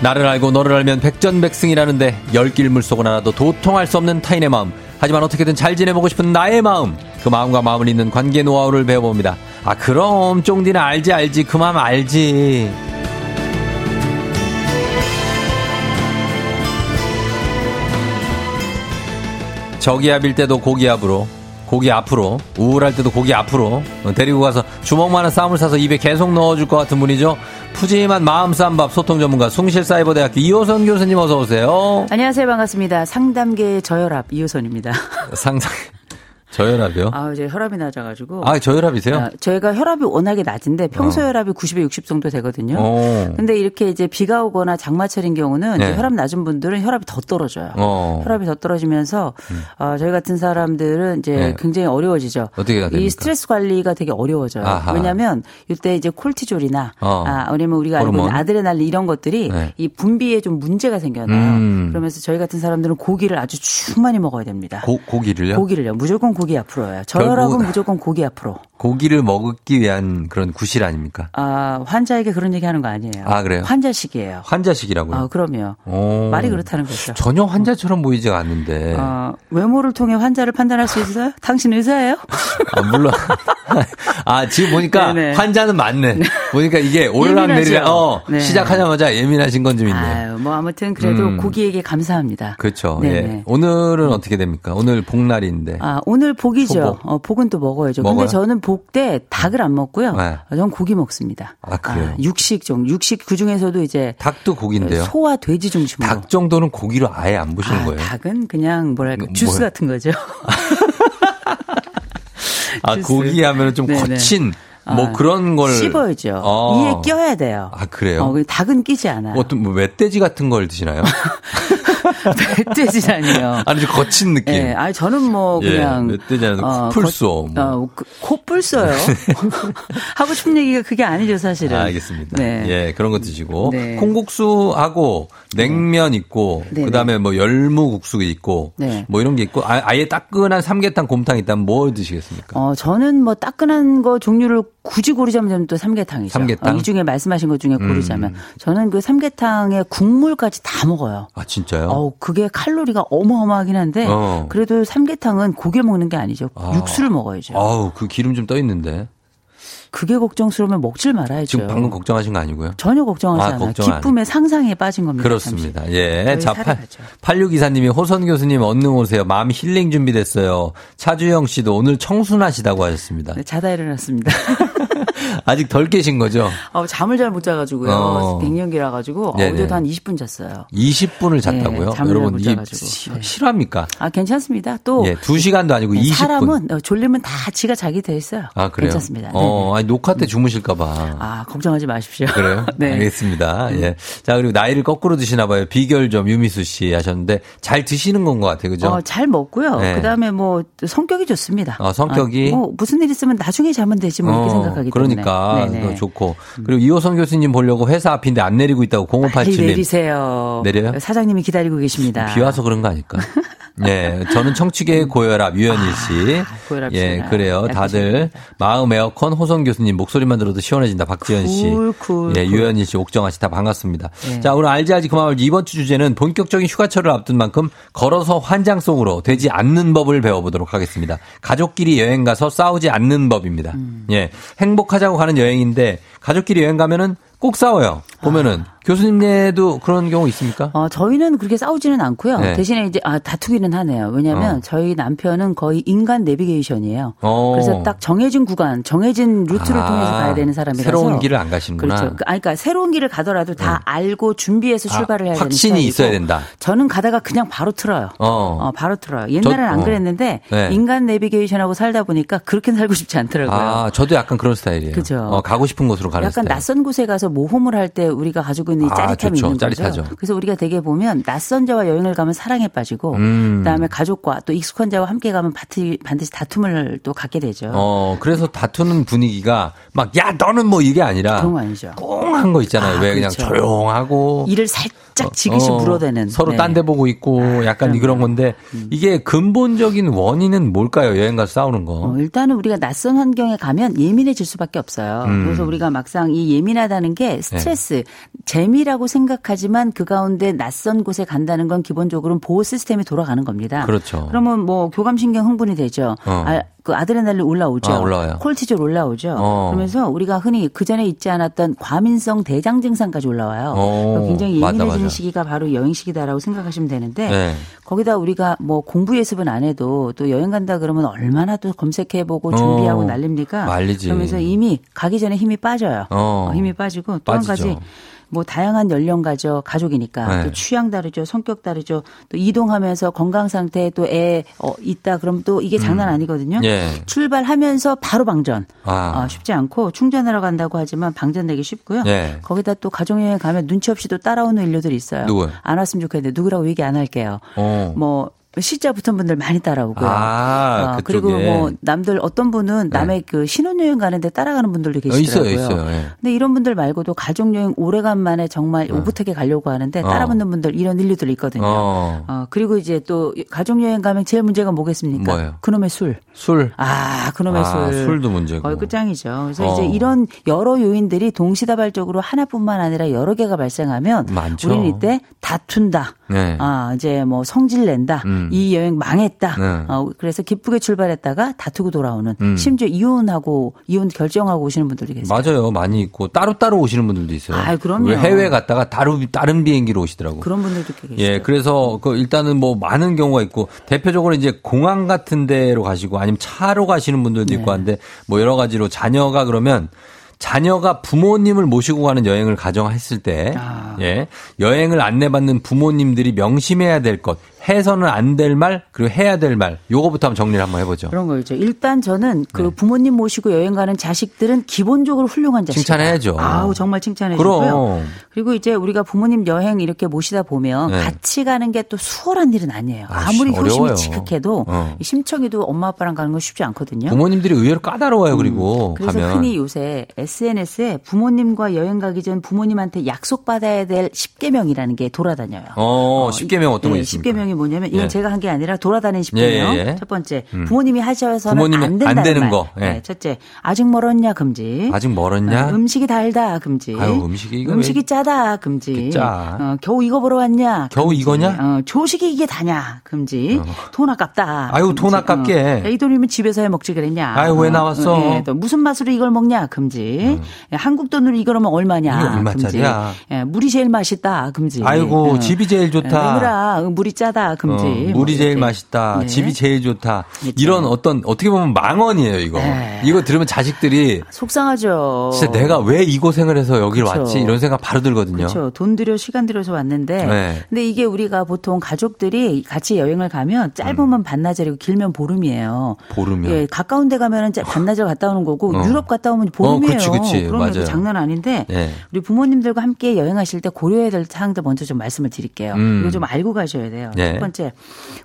나를 알고 너를 알면 백전백승이라는데 열길 물속은 알아도 도통할 수 없는 타인의 마음. 하지만 어떻게든 잘 지내보고 싶은 나의 마음. 그 마음과 마음을 잇는 관계 노하우를 배워봅니다. 아 그럼 쫑디는 알지 알지 그 마음 알지. 저기압일 때도 고기압으로 고기 앞으로 우울할 때도 고기 앞으로 어, 데리고 가서 주먹만한 쌈을 사서 입에 계속 넣어줄 것 같은 분이죠 푸짐한 마음 쌈밥 소통 전문가 숭실사이버대학교 이호선 교수님 어서 오세요 안녕하세요. 반갑습니다. 상담계의 저혈압 이효선입니다. 상상 저혈압이요 아, 이제 혈압이 낮아가지고. 어. 아 저혈압이세요 아, 저희가 혈압이 워낙에 낮은데 평소 혈압이 90에 60 정도 되거든요. 어. 근데 이렇게 이제 비가 오거나 장마철인 경우는 이제 네. 혈압 낮은 분들은 혈압이 더 떨어져요. 어. 음. 혈압이 더 떨어지면서 어, 저희 같은 사람들은 이제 네. 굉장히 어려워지죠. 어떻게 해야 이 됩니까? 스트레스 관리가 되게 어려워져요. 아하. 왜냐하면 이때 이제 콜티졸이나 어. 아, 왜냐면 우리가 알고 있는 호르몬? 아드레날린 이런 것들이 네. 이 분비에 좀 문제가 생겨나요. 음. 그러면서 저희 같은 사람들은 고기를 아주 충만히 먹어야 됩니다. 고, 고기를요 고기를요. 무조건 고기 앞으로요. 저혈압은 결국은- 무조건 고기 앞으로. 고기를 먹기 위한 그런 구실 아닙니까 아, 환자에게 그런 얘기 하는 거 아니에요. 아, 그래요? 환자식이에요. 환자식이라고요 아, 그럼요. 오. 말이 그렇다는 거죠. 전혀 환자처럼 보이지가 않는데 어, 외모를 통해 환자를 판단할 수 있어요? 당신 의사예요? 아, 물론. 아, 지금 보니까 네네. 환자는 맞네. 보니까 이게 오르락 예민하죠. 내리락, 어, 네. 시작하자마자 예민하신 건 좀 있네. 아유, 뭐 아무튼 그래도 음. 고기에게 감사합니다. 그렇죠. 네네. 예. 오늘은 어떻게 됩니까? 오늘 복날인데. 아, 오늘 복이죠. 소복. 어, 복은 또 먹어야죠. 먹어요? 근데 저는 복 때 닭을 안 먹고요. 네. 어, 전 고기 먹습니다. 아, 그래요? 육식 종, 육식 그 중에서도 이제 닭도 고기인데요. 소와 돼지 중심으로. 닭 정도는 고기로 아예 안 보시는 아, 거예요. 닭은 그냥 뭐랄까 뭐- 주스 같은 거죠. 아, 주스. 고기 하면 좀 네네. 거친, 뭐 아, 그런 걸. 씹어야죠. 어. 이에 껴야 돼요. 아, 그래요? 어, 근데 닭은 끼지 않아요. 어떤 뭐 멧돼지 같은 걸 드시나요? 멧돼지라니요. 아니, 좀 거친 느낌. 예, 아니 저는 뭐 예, 그냥 멧돼지 아니라 코뿔소, 뭐. 어, 그- 코뿔소요. 하고 싶은 얘기가 그게 아니죠 사실은. 아, 알겠습니다. 네. 예, 그런 거 드시고 네. 콩국수하고 냉면 있고 네, 그다음에 뭐 열무국수 있고 네. 뭐 이런 게 있고 아, 예 따끈한 삼계탕 곰탕 있다면 뭘 드시겠습니까? 어, 저는 뭐 따끈한 거 종류를 굳이 고르자면 또 삼계탕이죠. 삼계탕? 음. 어, 이 중에 말씀하신 것 중에 고르자면 저는 그 삼계탕에 국물까지 다 먹어요. 아 진짜요? 어, 그게 칼로리가 어마어마하긴 한데 어. 그래도 삼계탕은 고개 먹는 게 아니죠. 아. 육수를 먹어야죠. 아우 그 기름 좀 떠 있는데 그게 걱정스러우면 먹질 말아야죠. 지금 방금 걱정하신 거 아니고요? 전혀 걱정하지 아, 않아요. 걱정 안 기쁨의 상상에 빠진 겁니다. 그렇습니다. 예. 저희 자, 살아가죠. 8624님이 호선 교수님 언능 오세요. 마음 힐링 준비됐어요. 차주영 씨도 오늘 청순하시다고 하셨습니다. 잠시. 네, 자다 일어났습니다. 그렇죠. 아직 덜 깨신 거죠? 어, 잠을 잘 못 자가지고요. 어. 예. 갱년기라 가지고 네네. 어제도 한 20분 잤어요. 20분을 잤다고요? 네, 잠을 여러분, 못 이 자가지고. 시- 네. 실화입니까? 아 괜찮습니다. 또 예, 2시간도 아니고 20분. 사람은 어, 졸리면 다 지가 자기 돼 있어요. 아, 그래요? 괜찮습니다. 네네. 어, 아니, 녹화 때 주무실까봐. 아 걱정하지 마십시오. 그래요? 네. 알겠습니다. 예. 자, 그리고 나이를 거꾸로 드시나 봐요. 비결 좀 유미수 씨 하셨는데 잘 드시는 건 것 같아요. 그죠? 어, 잘 먹고요. 네. 그다음에 뭐또 성격이 좋습니다. 아, 성격이? 아, 뭐 무슨 일 있으면 나중에 자면 되지 뭐 이렇게 어, 생각하기 그러니까 때문에. 네, 음. 그거 좋고. 그리고 이호선 교수님 보려고 회사 앞인데 안 내리고 있다고 빨리 0587님. 내리세요. 내려요? 사장님이 기다리고 계십니다. 비 와서 그런 거 아닐까? 예, 저는 청취계 고혈압 유현일 씨. 음. 아, 고혈압 예, 씨구나. 그래요. 다들 약하십니다. 마음 에어컨 호성 교수님 목소리만 들어도 시원해진다. 박지현 씨. 쿨, 쿨, 예, 쿨. 유현일 씨, 옥정아 씨 다 반갑습니다. 네. 자, 오늘 알지 알지 그만 알지 이번 주 주제는 본격적인 휴가철을 앞둔 만큼 걸어서 환장 속으로 되지 않는 법을 배워보도록 하겠습니다. 가족끼리 여행 가서 싸우지 음. 않는 법입니다. 예, 행복하자고 가는 여행인데 가족끼리 여행 가면은 꼭 싸워요. 보면은 아. 교수님네도 그런 경우 있습니까? 어, 저희는 그렇게 싸우지는 않고요. 네. 대신에 이제 아, 다투기는 하네요. 왜냐하면 어. 저희 남편은 거의 인간 내비게이션이에요. 어. 그래서 딱 정해진 구간, 정해진 루트를 아, 통해서 가야 되는 사람이라서 새로운 길을 안 가시는구나. 네. 그렇죠. 그- 아니, 그러니까 새로운 길을 가더라도 다 알고 준비해서 아, 출발을 해야 되는 확신이 스타일이고 있어야 된다. 저는 가다가 그냥 바로 틀어요. 어. 어, 바로 틀어요. 옛날엔 저- 안 어. 그랬는데 네. 인간 내비게이션하고 살다 보니까 그렇게는 살고 싶지 않더라고요. 아, 저도 약간 그런 스타일이에요. 그죠. 어, 가고 싶은 곳으로 가는 약간 스타일. 낯선 곳에 가서 모험을 할 때 우리가 가지고 있는 이 아, 짜릿함이 좋죠. 있는 거죠. 짜릿하죠. 그래서 우리가 되게 보면 낯선 자와 여행을 가면 사랑에 빠지고 그다음에 가족과 또 익숙한 자와 함께 가면 바티- 반드시 다툼을 또 갖게 되죠. 어, 그래서 다투는 분위기가 막, 야, 너는 뭐 이게 아니라. 그런 거 아니죠. 꽁한 거 있잖아요. 아, 왜 그냥 그렇죠. 조용하고. 이를 살짝 지그시 어, 물어대는 서로 네. 딴 데 보고 있고 약간 그럼요. 음. 이런 건데 이게 근본적인 원인은 뭘까요? 여행 가서 싸우는 거. 어, 일단은 우리가 낯선 환경에 가면 예민해질 수밖에 없어요. 음. 그래서 우리가 막상 이 예민하다는 게 스트레스, 네. 재미라고 생각하지만 그 가운데 낯선 곳에 간다는 건 기본적으로는 보호 시스템이 돌아가는 겁니다. 그렇죠. 그러면 뭐 교감신경 흥분이 되죠. 어. 아, 그 아드레날린 올라오죠. 아, 올라와요. 콜티졸 올라오죠. 어. 그러면서 우리가 흔히 그 전에 있지 않았던 과민성 대장 증상까지 올라와요. 어. 그러니까 굉장히 맞아, 예민해지는 맞아. 시기가 바로 여행 시기다라고 생각하시면 되는데 네. 거기다 우리가 뭐 공부 예습은 안 해도 또 여행 간다 그러면 얼마나 또 검색해보고 준비하고 어, 난립니까? 말리지. 그러면서 이미 가기 전에 힘이 빠져요. 어. 어, 힘이 빠지고 또 한 빠지죠. 가지 뭐 다양한 연령가죠 가족이니까 네. 또 취향 다르죠 성격 다르죠 또 이동하면서 건강 상태 또 애 어, 있다 그럼 또 이게 장난 아니거든요. 예. 출발하면서 바로 방전 아. 어, 쉽지 않고 충전하러 간다고 하지만 방전되기 쉽고요. 예. 거기다 또 가족여행 가면 눈치 없이도 따라오는 인류들이 있어요. 누구요? 안 왔으면 좋겠는데 누구라고 얘기 안 할게요. 어. 뭐 실자 붙은 분들 많이 따라오고요. 아, 어, 그쪽에. 네. 그리고 뭐 남들 어떤 분은 남의 그 신혼여행 가는데 따라가는 분들도 계시더라고요. 있어요, 있어요. 예. 근데 이런 분들 말고도 가족여행 오래간만에 정말 오붓하게 가려고 하는데 따라붙는 분들 이런 인류들 있거든요. 네. 어. 어, 그리고 이제 또 가족여행 가면 제일 문제가 뭐겠습니까? 뭐예요? 그놈의 술. 술. 아, 그놈의 아, 술. 술도 문제고. 거의 끝장이죠. 그래서 어. 이제 이런 여러 요인들이 동시다발적으로 하나뿐만 아니라 여러 개가 발생하면 많죠. 우리는 이때 다툰다. 네. 아, 이제 뭐 성질 낸다. 음. 이 여행 망했다. 네. 음. 어, 그래서 기쁘게 출발했다가 다투고 돌아오는 심지어 이혼하고 이혼 결정하고 오시는 분들도 계세요. 맞아요. 많이 있고 따로따로 오시는 분들도 있어요. 아이, 그럼요. 왜 해외 갔다가 다루, 다른 비행기로 오시더라고. 그런 분들도 꽤 계세요. 예, 그래서 그 일단은 뭐 많은 경우가 있고 대표적으로 이제 공항 같은 데로 가시고 아니면 차로 가시는 분들도 네. 있고 한데 뭐 여러 가지로 자녀가 그러면 자녀가 부모님을 모시고 가는 여행을 가정했을 때, 아. 예, 여행을 안내받는 부모님들이 명심해야 될 것, 해서는 안 될 말, 그리고 해야 될 말, 요거부터 한번 정리를 한번 해보죠. 그런 거죠. 일단 저는 그 네. 부모님 모시고 여행 가는 자식들은 기본적으로 훌륭한 자식. 칭찬해야죠. 그렇죠. 아우 정말 칭찬해 그럼. 주고요. 그리고 이제 우리가 부모님 여행 이렇게 모시다 보면 네. 같이 가는 게 또 수월한 일은 아니에요. 아이씨, 아무리 어려워요. 효심이 지극해도 어. 이 심청이도 엄마 아빠랑 가는 건 쉽지 않거든요. 음. 부모님들이 의외로 까다로워요, 그리고 그래서 가면. 흔히 요새 SNS에 부모님과 여행 가기 전 부모님한테 약속받아야 될 10계명이라는 게 돌아다녀요. 어, 10계명 어떤 거 예, 있습니까? 10계명이 뭐냐면 이건 예. 제가 한 게 아니라 돌아다니는 10계명. 예, 예, 예. 첫 번째, 부모님이 하셔서는 부모님이 안 안 된다는 되는 말. 거, 예. 네, 첫째, 아직 멀었냐 금지. 아직 멀었냐? 어, 음식이 달다 금지. 아유, 음식이 이거 음식이 왜- 짜다 금지. 짜. 어, 겨우 이거 보러 왔냐? 겨우 금지. 이거냐? 어. 어, 조식이 이게 다냐 금지. 돈 아깝다. 아유, 금지. 돈 아깝게. 어, 야, 이 돈이면 집에서 해 먹지 그랬냐? 아유, 왜 어, 나왔어? 음. 예, 또 무슨 맛으로 이걸 먹냐 금지. 예, 한국 돈으로 이걸 하면 이게 얼마냐 금지. 얼마짜리야? 예, 물이 제일 맛있다 금지. 아이고, 어. 집이 제일 좋다. 예, 내물아 어, 물이 짜다 금지. 어, 뭐 물이 제일 이렇게. 맛있다. 네. 집이 제일 좋다. 그렇죠. 이런 어떤 어떻게 보면 망언이에요, 이거. 네. 이거 들으면 자식들이 속상하죠. 진짜 내가 왜 이 고생을 해서 여기를 어. 그렇죠. 왔지? 이런 생각 바로 들거든요. 그렇죠. 돈 들여 시간 들여서 왔는데. 네. 근데 이게 우리가 보통 가족들이 같이 여행을 가면 짧으면 반나절이고 길면 보름이에요. 음. 보름이요? 예, 가까운 데 가면은 짜- 반나절 갔다 오는 거고 어. 유럽 갔다 오면 보름이에요. 그치, 그치. 그러면 이거 맞아요. 장난 아닌데 예. 우리 부모님들과 함께 여행하실 때 고려해야 될 사항들 먼저 좀 말씀을 드릴게요. 음. 이거 좀 알고 가셔야 돼요. 예. 첫 번째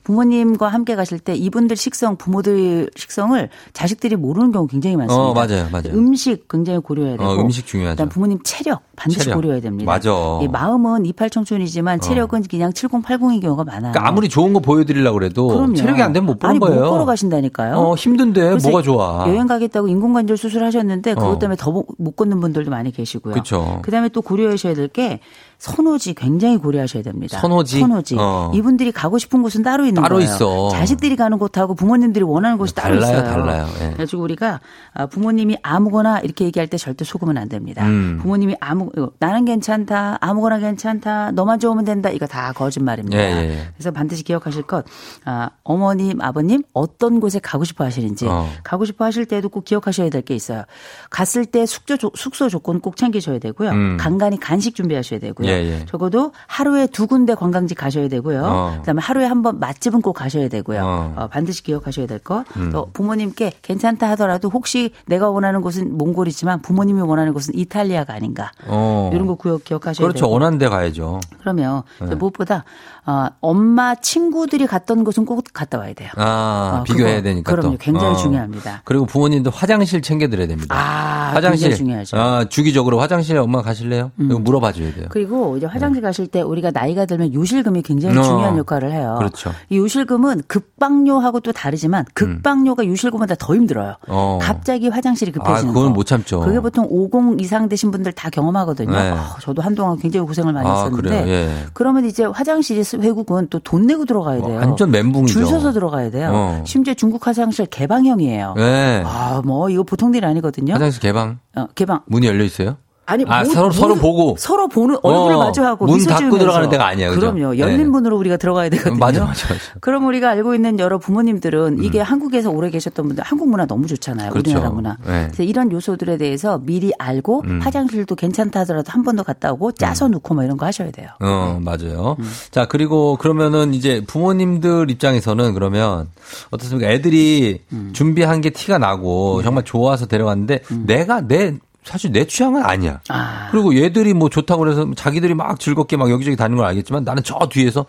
부모님과 함께 가실 때 이분들 식성 부모들 식성을 자식들이 모르는 경우 굉장히 많습니다. 어, 맞아요, 맞아요. 음식 굉장히 고려해야 되고 어, 음식 중요하죠. 일단 부모님 체력 반드시 체력. 고려해야 됩니다. 맞아. 어. 예, 마음은 이팔청춘이지만 체력은 그냥 7080인 경우가 많아요. 그러니까 아무리 좋은 거 보여드리려고 그래도 그럼요. 체력이 안 되면 못 보는 아니, 거예요. 못 걸어 가신다니까요. 어, 힘든데 그래서 뭐가 좋아. 여행 가겠다고 인공관절 수술하셨는데 어. 그것 때문에 더 못 걷는 분들도 많이 계시고요. 그쵸. 다음에또 고려하셔야 될 게 선호지 굉장히 고려하셔야 됩니다. 선호지? 선호지. 어. 이분들이 자식들이 가고 싶은 곳은 따로 있는 따로 거예요. 있어. 자식들이 가는 곳하고 부모님들이 원하는 곳이 따로 달라요, 있어요. 달라요. 예. 그래가지고 우리가 아, 부모님이 아무거나 이렇게 얘기할 때 절대 속으면 안 됩니다. 음. 부모님이 아무 이거 나는 괜찮다, 아무거나 괜찮다, 너만 좋으면 된다 이거 다 거짓말입니다. 예, 예, 예. 그래서 반드시 기억하실 것 아, 어머님, 아버님 어떤 곳에 가고 싶어 하시는지 어. 가고 싶어 하실 때도 꼭 기억하셔야 될 게 있어요. 갔을 때 숙조, 조- 숙소 조건 꼭 챙기셔야 되고요. 음. 간간히 간식 준비하셔야 되고요. 예, 예. 적어도 하루에 두 군데 관광지 가셔야 되고요. 어. 그다음에 하루에 한 번 맛집은 꼭 가셔야 되고요. 어. 음. 어, 반드시 기억하셔야 될 거. 또 부모님께 괜찮다 하더라도 혹시 내가 원하는 곳은 몽골이지만 부모님이 원하는 곳은 이탈리아가 아닌가. 어. 이런 거 구역 기억하셔야 그렇죠. 되고. 원하는 데 가야죠. 그러면 네. 무엇보다 어, 엄마 친구들이 갔던 곳은 꼭 갔다 와야 돼요. 아, 어, 비교해야 그거, 되니까. 그럼요. 또. 굉장히 어. 중요합니다. 그리고 부모님도 화장실 챙겨드려야 됩니다. 아, 화장실. 굉장히 중요하죠. 음. 아, 주기적으로 화장실에 엄마 가실래요? 이거 물어봐 줘야 돼요. 그리고 이제 화장실 가실 때 우리가 나이가 들면 요실금이 굉장히 네. 어. 중요한 역할을 해요. 그렇죠. 음. 이 요실금은 급박뇨하고 또 다르지만 급박뇨가 요실금보다 더 힘들어요. 어. 갑자기 화장실이 아, 급해지는 그건 거. 못 참죠. 그게 보통 50 이상 되신 분들 다 경험하거든요. 네. 아, 저도 한동안 굉장히 고생을 많이 아, 했었는데. 그래요? 예. 그러면 이제 화장실이 외국은 또 돈 내고 들어가야 돼요. 완전 멘붕이죠. 줄 서서 들어가야 돼요. 어. 심지어 중국 화장실 개방형이에요. 예. 아, 뭐 이거 보통 일이 아니거든요. 화장실 개방. 어, 개방. 문이 열려 있어요? 아니 아, 문- 서로- 문- 서로 보고. 서로 보는 얼굴을 어, 마주하고 문 미소 닫고 지으면서. 들어가는 데가 아니야, 그죠? 그럼요. 네. 열린 문으로 우리가 들어가야 되거든요. 맞아, 맞아, 맞아. 그럼 우리가 알고 있는 여러 부모님들은 이게 한국에서 오래 계셨던 분들 한국 문화 너무 좋잖아요. 음. 그렇죠. 우리나라 문화. 네. 음. 그래서 이런 요소들에 대해서 미리 알고 화장실도 괜찮다 하더라도 한 번 더 갔다 오고 짜서 놓고 뭐 이런 거 하셔야 돼요. 어, 맞아요. 음. 자, 그리고 그러면은 이제 부모님들 입장에서는 그러면 어떻습니까? 애들이 음. 준비한 게 티가 나고 네. 정말 좋아서 데려왔는데 내가 내 사실 내 취향은 아니야. 아. 그리고 얘들이 뭐 좋다고 그래서 자기들이 막 즐겁게 막 여기저기 다니는 걸 알겠지만 나는 저 뒤에서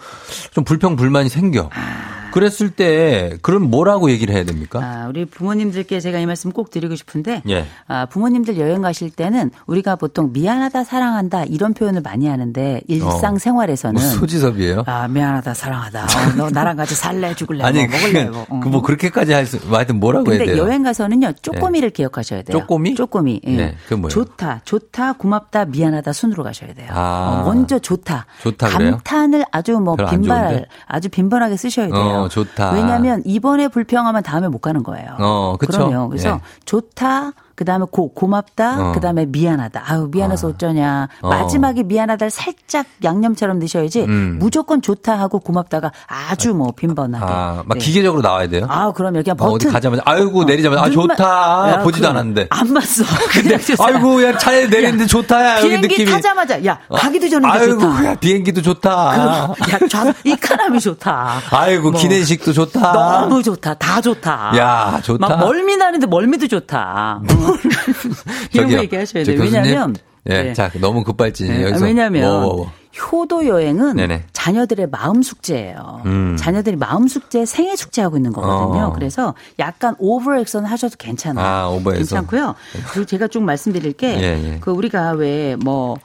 좀 불평 불만이 생겨. 그랬을 때 그럼 뭐라고 얘기를 해야 됩니까? 아, 우리 부모님들께 제가 이 말씀 꼭 드리고 싶은데 예. 아, 부모님들 여행 가실 때는 우리가 보통 미안하다 사랑한다 이런 표현을 많이 하는데 일상생활에서는 뭐 소지섭이에요? 아 미안하다 사랑하다 어, 너 나랑 같이 살래 죽을래 아니, 뭐 먹을래 그, 뭐. 그 뭐 그렇게까지 할 수, 뭐 하여튼 뭐라고 해야 근데 돼요? 네. 여행 가서는요 쪼꼬미를 기억하셔야 돼요. 쪼꼬미? 쪼꼬미. 예. 네, 그건 뭐예요? 좋다, 좋다, 고맙다, 미안하다 순으로 가셔야 돼요. 아. 어, 먼저 좋다. 좋다 그래요? 감탄을 아주 뭐 별로 안 좋은데? 빈발, 아주 빈번하게 쓰셔야 돼요. 어, 좋다. 왜냐하면 이번에 불평하면 다음에 못 가는 거예요. 어, 그쵸? 러면 그래서 예. 좋다. 그다음에 고 고맙다. 어. 그다음에 미안하다. 아유 미안해서 어쩌냐. 어. 마지막에 미안하다를 살짝 양념처럼 넣으셔야지 음. 무조건 좋다 하고 고맙다가 아주 뭐 빈번하게. 아, 막 네. 기계적으로 나와야 돼요? 아, 그럼 여기 그냥 어, 버튼. 어디 가자마자 아이고 내리자마자 아 눈만- 좋다 야, 보지도 그럼 않았는데 안 봤어. 근데 그냥 주사. 아이고 야 차에 내리는데 좋다야 여기 비행기 느낌이 타자마자 야 어, 가기도 전에 이게 아이고 좋다. 야 비행기도 좋다 야, 좌, 이 카람이 좋다. 아이고 뭐, 기내식도 좋다 너무 좋다. 다 좋다. 야, 좋다. 음. 막 멀미 나는데 멀미도 좋다. 이런 저기요, 거 얘기하셔야 저 돼요. 교수님. 왜냐면 예, 네. 자 너무 급발진이에요 네. 여기서 뭐, 왜냐하면 워, 워, 워. 효도 여행은 네네. 자녀들의 마음 숙제예요. 자녀들이 마음 숙제, 생애 숙제하고 있는 거거든요. 어. 그래서 약간 오버액션 하셔도 괜찮아요. 아, 오버액션. 괜찮고요. 그리고 제가 좀 말씀드릴 게 예, 예. 그 우리가 왜 뭐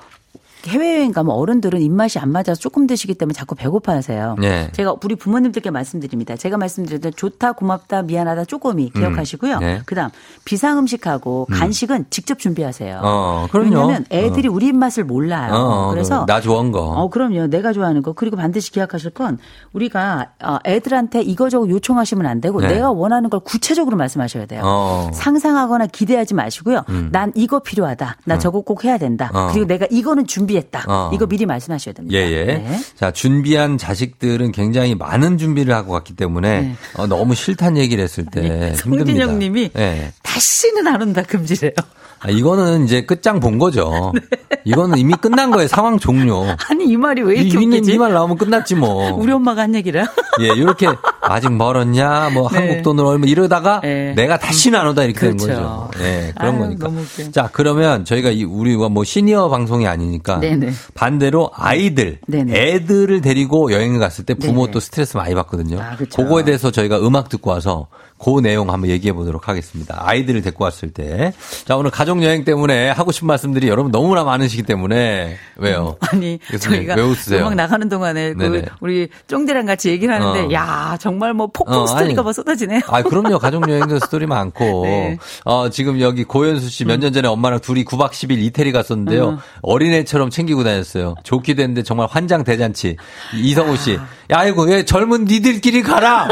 해외여행 가면 어른들은 입맛이 안 맞아서 조금 드시기 때문에 자꾸 배고파하세요. 예. 제가 우리 부모님들께 말씀드립니다. 제가 말씀드렸던 좋다, 고맙다, 미안하다, 쪼꼬미 기억하시고요. 예. 그다음 비상 음식하고 간식은 직접 준비하세요. 어, 그럼요. 왜냐하면 애들이 우리 입맛을 몰라요. 어, 그래서 나 좋아한 거. 어, 그럼요. 내가 좋아하는 거. 그리고 반드시 기억하실 건 우리가 어, 애들한테 이거저거 요청하시면 안 되고 네. 내가 원하는 걸 구체적으로 말씀하셔야 돼요. 어. 음. 상상하거나 기대하지 마시고요. 난 이거 필요하다. 나 저거 꼭 해야 된다. 어. 그리고 내가 이거는 준비했다. 어. 이거 미리 말씀하셔야 됩니다. 예예. 네. 자 준비한 자식들은 굉장히 많은 준비를 하고 갔기 때문에 어, 너무 싫다는 얘기를 했을 때 네. 아니, 네, 힘듭니다. 성진영님이 예. 다시는 안 온다 금지래요. 아, 이거는 이제 끝장 본 거죠. 네. 이거는 이미 끝난 거예요. 상황 종료. 아니 이 말이 왜 이렇게 이는 웃기지? 이 말 나오면 끝났지 뭐. 우리 엄마가 한 얘기라. 예, 이렇게 아직 멀었냐, 뭐 네. 한국 돈으로 얼마 이러다가 예. 내가 다시는 안 오다 이렇게 되는 그렇죠. 거죠. 예, 그런 아유, 거니까. 너무 웃겨. 자, 그러면 저희가 이 우리가 뭐 시니어 방송이 아니니까 네네. 반대로 아이들, 네네. 애들을 데리고 여행을 갔을 때 부모 네네. 또 스트레스 많이 받거든요. 아, 그렇죠. 그거에 대해서 저희가 음악 듣고 와서 그 내용 한번 얘기해 보도록 하겠습니다. 아이들을 데리고 왔을 때. 자, 오늘 가족여행 때문에 하고 싶은 말씀들이 여러분 너무나 많으시기 때문에. 왜요? 아니 교수님, 저희가 왜 웃으세요? 음악 나가는 동안에 네네. 그 우리 쫑대랑 같이 얘기를 하는데 어. 야 정말 뭐 폭풍 어, 스토리가 아니. 뭐 쏟아지네요. 아, 그럼요. 가족여행도 스토리 많고. 네. 어, 지금 여기 고현수 씨 몇 년 전에 엄마랑 둘이 9박 10일 이태리 갔었는데요. 음. 어린애처럼 챙기고 다녔어요. 좋게 됐는데 정말 환장 대잔치. 이성우 씨. 아. 야, 이거 왜 젊은 니들끼리 가라!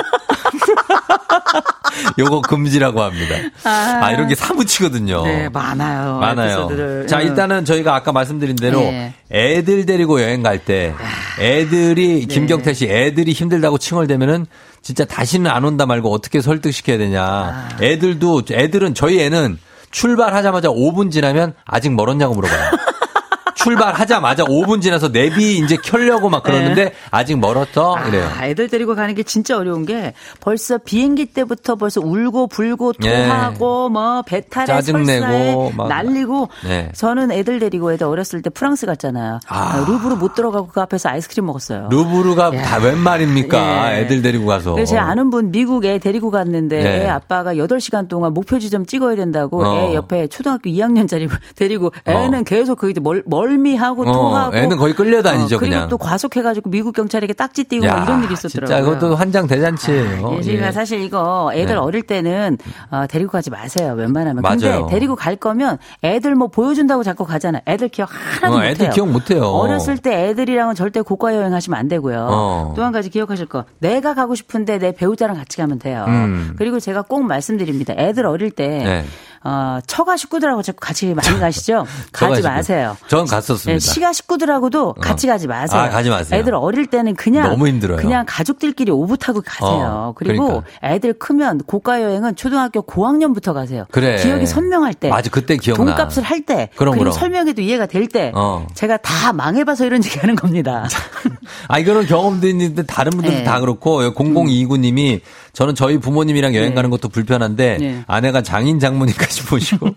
요거 금지라고 합니다. 아, 이런 게 사무치거든요. 네 많아요. 어. 많아요. 에피소드를. 자, 음. 일단은 저희가 아까 말씀드린 대로 네. 애들 데리고 여행 갈 때 아. 네. 애들이 김경태 씨 애들이 힘들다고 칭얼대면은 진짜 다시는 안 온다 말고 어떻게 설득시켜야 되냐. 아. 애들도 애들은 저희 애는 출발하자마자 5분 지나면 아직 멀었냐고 물어봐요. 출발하자마자 5분 지나서 내비 이제 켜려고 막 그러는데 아직 멀었어 이래요. 예. 아, 애들 데리고 가는 게 진짜 어려운 게 벌써 비행기 때부터 벌써 울고 불고 토하고 뭐 배탈에 네. 짜증내고 설사에 막. 날리고 네. 저는 애들 데리고 애들 어렸을 때 프랑스 갔잖아요. 아. 루브르 못 들어가고 그 앞에서 아이스크림 먹었어요. 루브르가 야. 다 웬 말입니까? 예. 애들 데리고 가서. 어. 그래서 제가 아는 분 미국에 데리고 갔는데 네. 애 아빠가 8시간 동안 목표 지점 찍어야 된다고 어. 애 옆에 초등학교 2학년짜리 데리고 애는 어. 계속 거기 멀, 멀미하고 어, 토하고 어, 애는 거의 끌려다니죠, 그리고 그냥. 또 과속해가지고 미국 경찰에게 딱지 띄고 막 이런 일이 있었더라고요. 아, 진짜 그것도 환장 대잔치예요. 예지가 예. 사실 이거 애들 네. 어릴 때는 어, 데리고 가지 마세요. 웬만하면. 맞아요. 근데 데리고 갈 거면 애들 뭐 보여준다고 자꾸 가잖아. 요 애들 기억 하나도 어, 못해요. 애들 기억 못해요. 어렸을 때 애들이랑은 절대 고가 여행하시면 안 되고요. 어. 또 한 가지 기억하실 거. 내가 가고 싶은데 내 배우자랑 같이 가면 돼요. 그리고 제가 꼭 말씀드립니다. 애들 어릴 때 음. 네. 어, 처가 식구들하고 자꾸 같이 많이 가시죠. 저가 가지 지금- 마세요. 전 갔었습니다. 어. 네, 시가 식구들하고도 같이 가지 마세요. 아, 가지 마세요. 애들 어릴 때는 그냥 너무 힘들어요. 그냥 가족들끼리 오붓 하고 가세요. 어, 그리고 그러니까. 애들 크면 고가 여행은 초등학교 고학년부터 가세요. 그래. 기억이 선명할 때. 맞아, 그때 기억나. 돈값을 할 때. 그럼, 리고 그럼. 설명해도 이해가 될 때. 어. 제가 다 망해봐서 이런 얘기 하는 겁니다. 아, 이거는 경험도 있는데 다른 분들도 네. 다 그렇고 0029님이 저는 저희 부모님이랑 여행 가는 것도 불편한데 네. 아내가 장인 장모님까지 보시고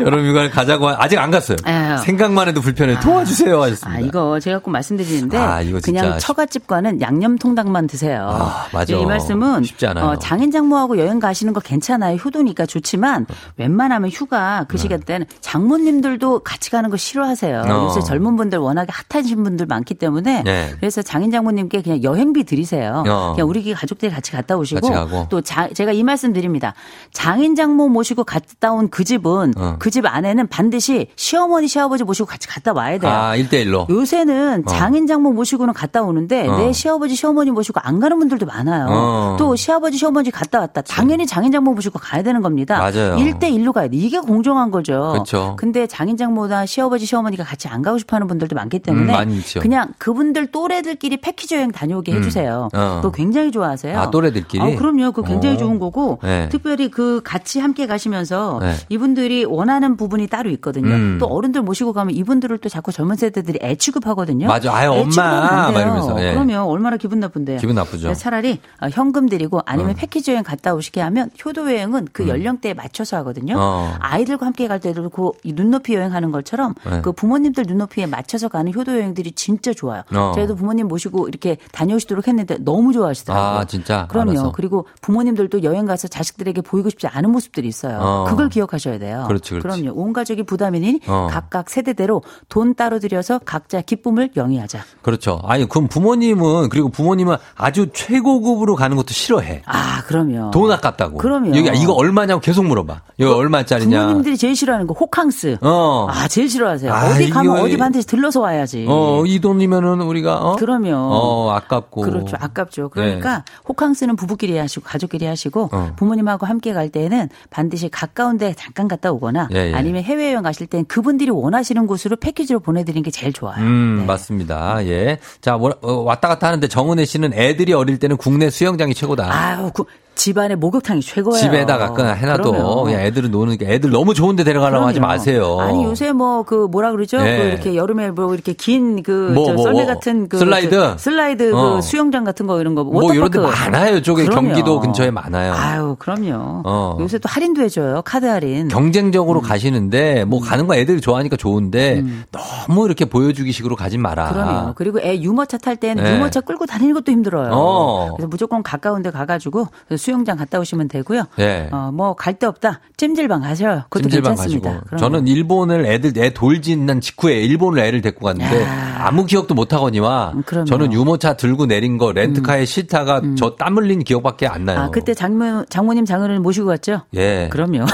여름휴가를 가자고 하- 아직 안 갔어요. 에휴. 생각만 해도 불편해. 요 도와주세요 하셨습니다. 네. 아, 이거 제가 꼭 말씀드리는데 아, 이거 진짜 그냥 쉽- 처갓집과는 양념통닭만 드세요. 예, 아, 맞아. 이 말씀은 어, 쉽지 않아요. 장인장모하고 여행 가시는 거 괜찮아요. 효도니까 좋지만 웬만하면 휴가 그 시간 때는 장모님들도 같이 가는 거 싫어하세요. 네. 어. 요새 젊은 분들 워낙에 핫하신 분들 많기 때문에 네. 그래서 장인장모님께 그냥 여행비 드리세요. 어. 그냥 우리 가족들이 같이 갔다 오시고 같이 가고. 또 자- 제가 이 말씀 드립니다. 장인장모 모시고 갔다 온 그 집은 어. 그 집 안에는 반드시 시어머니 시아버지 모시고 같이 갔다 와야 돼요. 아, 1대1로. 요새는 장인 장모 모시고는 갔다 오는데 어. 내 시아버지 시어머니 모시고 안 가는 분들도 많아요. 어. 또 시아버지 시어머니 갔다 왔다. 당연히 장인 장모 모시고 가야 되는 겁니다. 맞아요. 그렇죠. 1대 1로 가야 돼. 이게 공정한 거죠. 그쵸. 근데 장인 장모나 시아버지 시어머니가 같이 안 가고 싶어 하는 분들도 많기 음, 때문에 많이 있죠. 그냥 그분들 또래들끼리 패키지 여행 다녀오게 해 주세요. 어. 그거 굉장히 좋아하세요. 아, 또래들끼리? 아, 그럼요. 그거 굉장히 어. 좋은 거고 네. 특별히 그 같이 함께 가시면서 네. 이분들이 원하는 부분이 따로 있거든요. 음. 또 어른들 모시고 가면 이분들을 또 자꾸 젊은 세대들이 애 취급하거든요. 맞아. 아유, 애 엄마. 취급하면 안 돼요. 막 이러면서, 예. 그러면 얼마나 기분 나쁜데요. 기분 나쁘죠. 어. 그래서 차라리 어, 현금 드리고 아니면 패키지 여행 갔다 오시게 하면 효도 여행은 그 연령대에 맞춰서 하거든요. 음. 어. 아이들과 함께 갈 때도 그이 눈높이 여행하는 것처럼 네. 그 부모님들 눈높이에 맞춰서 가는 효도 여행들이 진짜 좋아요. 어. 저희도 부모님 모시고 이렇게 다녀오시도록 했는데 너무 좋아하시더라고요. 아, 진짜? 그럼요. 알아서. 그리고 부모님들도 여행 가서 자식들에게 보이고 싶지 않은 모습들이 있어요. 어. 그걸 기억하셔야 돼요. 그렇지, 그렇지. 럼요온 가족이 부담이니 어. 각각 세대대로 돈 따로 들여서 각자 기쁨을 영위하자. 그렇죠. 아니, 그럼 부모님은 그리고 부모님은 아주 최고급으로 가는 것도 싫어해. 아, 그럼요. 돈 아깝다고. 그럼요. 여기 이거 얼마냐고 계속 물어봐. 이거 얼마짜리냐. 부모님들이 제일 싫어하는 거 호캉스. 어. 아, 제일 싫어하세요. 아, 어디 가면 이거- 어디 반드시 들러서 와야지. 어, 이 돈이면은 우리가 어? 예. 그럼요. 어, 아깝고. 그렇죠. 아깝죠. 그러니까 호캉스는 부부끼리 하시고 가족끼리 하시고 네. 어. 부모님하고 함께 갈 때는 반드시 가까운 데 잠깐 갔다 오거나 예, 예. 아니면 해외여행 가실 땐 그분들이 원하시는 곳으로 패키지로 보내드리는 게 제일 좋아요. 네. 음, 맞습니다. 예. 자, 뭐, 어, 왔다 갔다 하는데 정은혜 씨는 애들이 어릴 때는 국내 수영장이 최고다. 아유, 그 집안에 목욕탕이 최고예요. 집에다가 그냥 해놔도 그럼요. 그냥 애들은 노는 게 애들 너무 좋은데 데려가려고 하지 그럼요. 마세요. 아니 요새 뭐 그 뭐라 그러죠? 예. 그 이렇게 여름에 뭐 이렇게 긴그 뭐, 뭐, 썰매 뭐. 같은 그 슬라이드? 저 슬라이드 어. 그 수영장 같은 거 이런 거 뭐 이런 데 워터파크. 많아요. 쪽에 그럼요. 경기도 근처에 많아요. 아유, 그럼요. 예. 어. 요새 또 할인도 해줘요. 카드 할인. 음. 경쟁적으로 가시는데 뭐 가는 거 애들이 좋아하니까 좋은데 너무 이렇게 보여주기식으로 가진 마라. 그럼요. 그리고 애 유모차 탈 땐 아. 네. 유모차 끌고 다니는 것도 힘들어요. 어. 그래서 무조건 가까운 데 가가지고 수영장 갔다 오시면 되고요. 예. 어, 뭐 갈 데 없다. 찜질방 가세요. 그것도 찜질방 괜찮습니다. 가시고. 저는 일본을 애들 애 돌진난 직후에 일본을 애를 데리고 갔는데 야. 아무 기억도 못 하거니와 음, 그럼요. 음. 저는 유모차 들고 내린 거 렌트카에 싣다가 저 땀 흘린 기억밖에 안 나요. 아, 그때 장모, 장모님 장모님 모시고 갔죠? 예. 그럼요.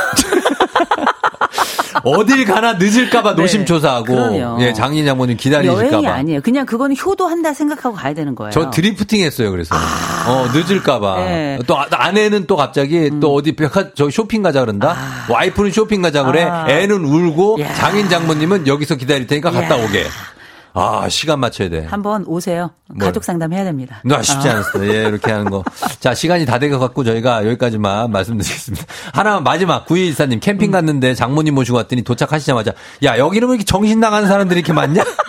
어딜 가나 늦을까봐 네. 노심초사하고 그럼요. 예 장인 장모님 여행이 기다리실까봐 아니에요. 그냥 그거는 효도한다 생각하고 가야 되는 거예요. 아. 저 드리프팅 했어요 그래서 어 늦을까봐 네. 음. 또 아- 아내는 또 갑자기 또 어디 백화 저 쇼핑 가자 그런다 와이프는 쇼핑 가자 그래 아. 애는 울고 야. 장인 장모님은 여기서 기다릴 테니까 갔다 야. 오게 아 시간 맞춰야 돼. 한번 오세요. 뭘? 가족 상담 해야 됩니다. 나 쉽지 않습니다. 예, 이렇게 하는 거. 자, 시간이 다 돼가갖고 저희가 여기까지만 말씀드리겠습니다. 하나, 마지막. 9214님, 캠핑 갔는데 장모님 모시고 왔더니 도착하시자마자, 야, 여기는 왜 이렇게 정신 나가는 사람들이 이렇게 많냐?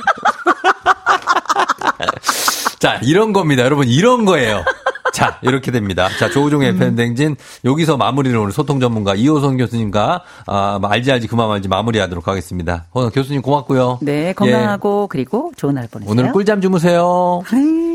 자, 이런 겁니다. 여러분, 이런 거예요. 자, 이렇게 됩니다. 자, 조우종의 팬댕진, 여기서 마무리를 오늘 소통 전문가 이호선 교수님과, 아, 알지 알지 그만 알지 마무리하도록 하겠습니다. 호선 교수님 고맙고요. 네, 건강하고 그리고 좋은 하루 예, 보내세요. 오늘 꿀잠 주무세요. 네.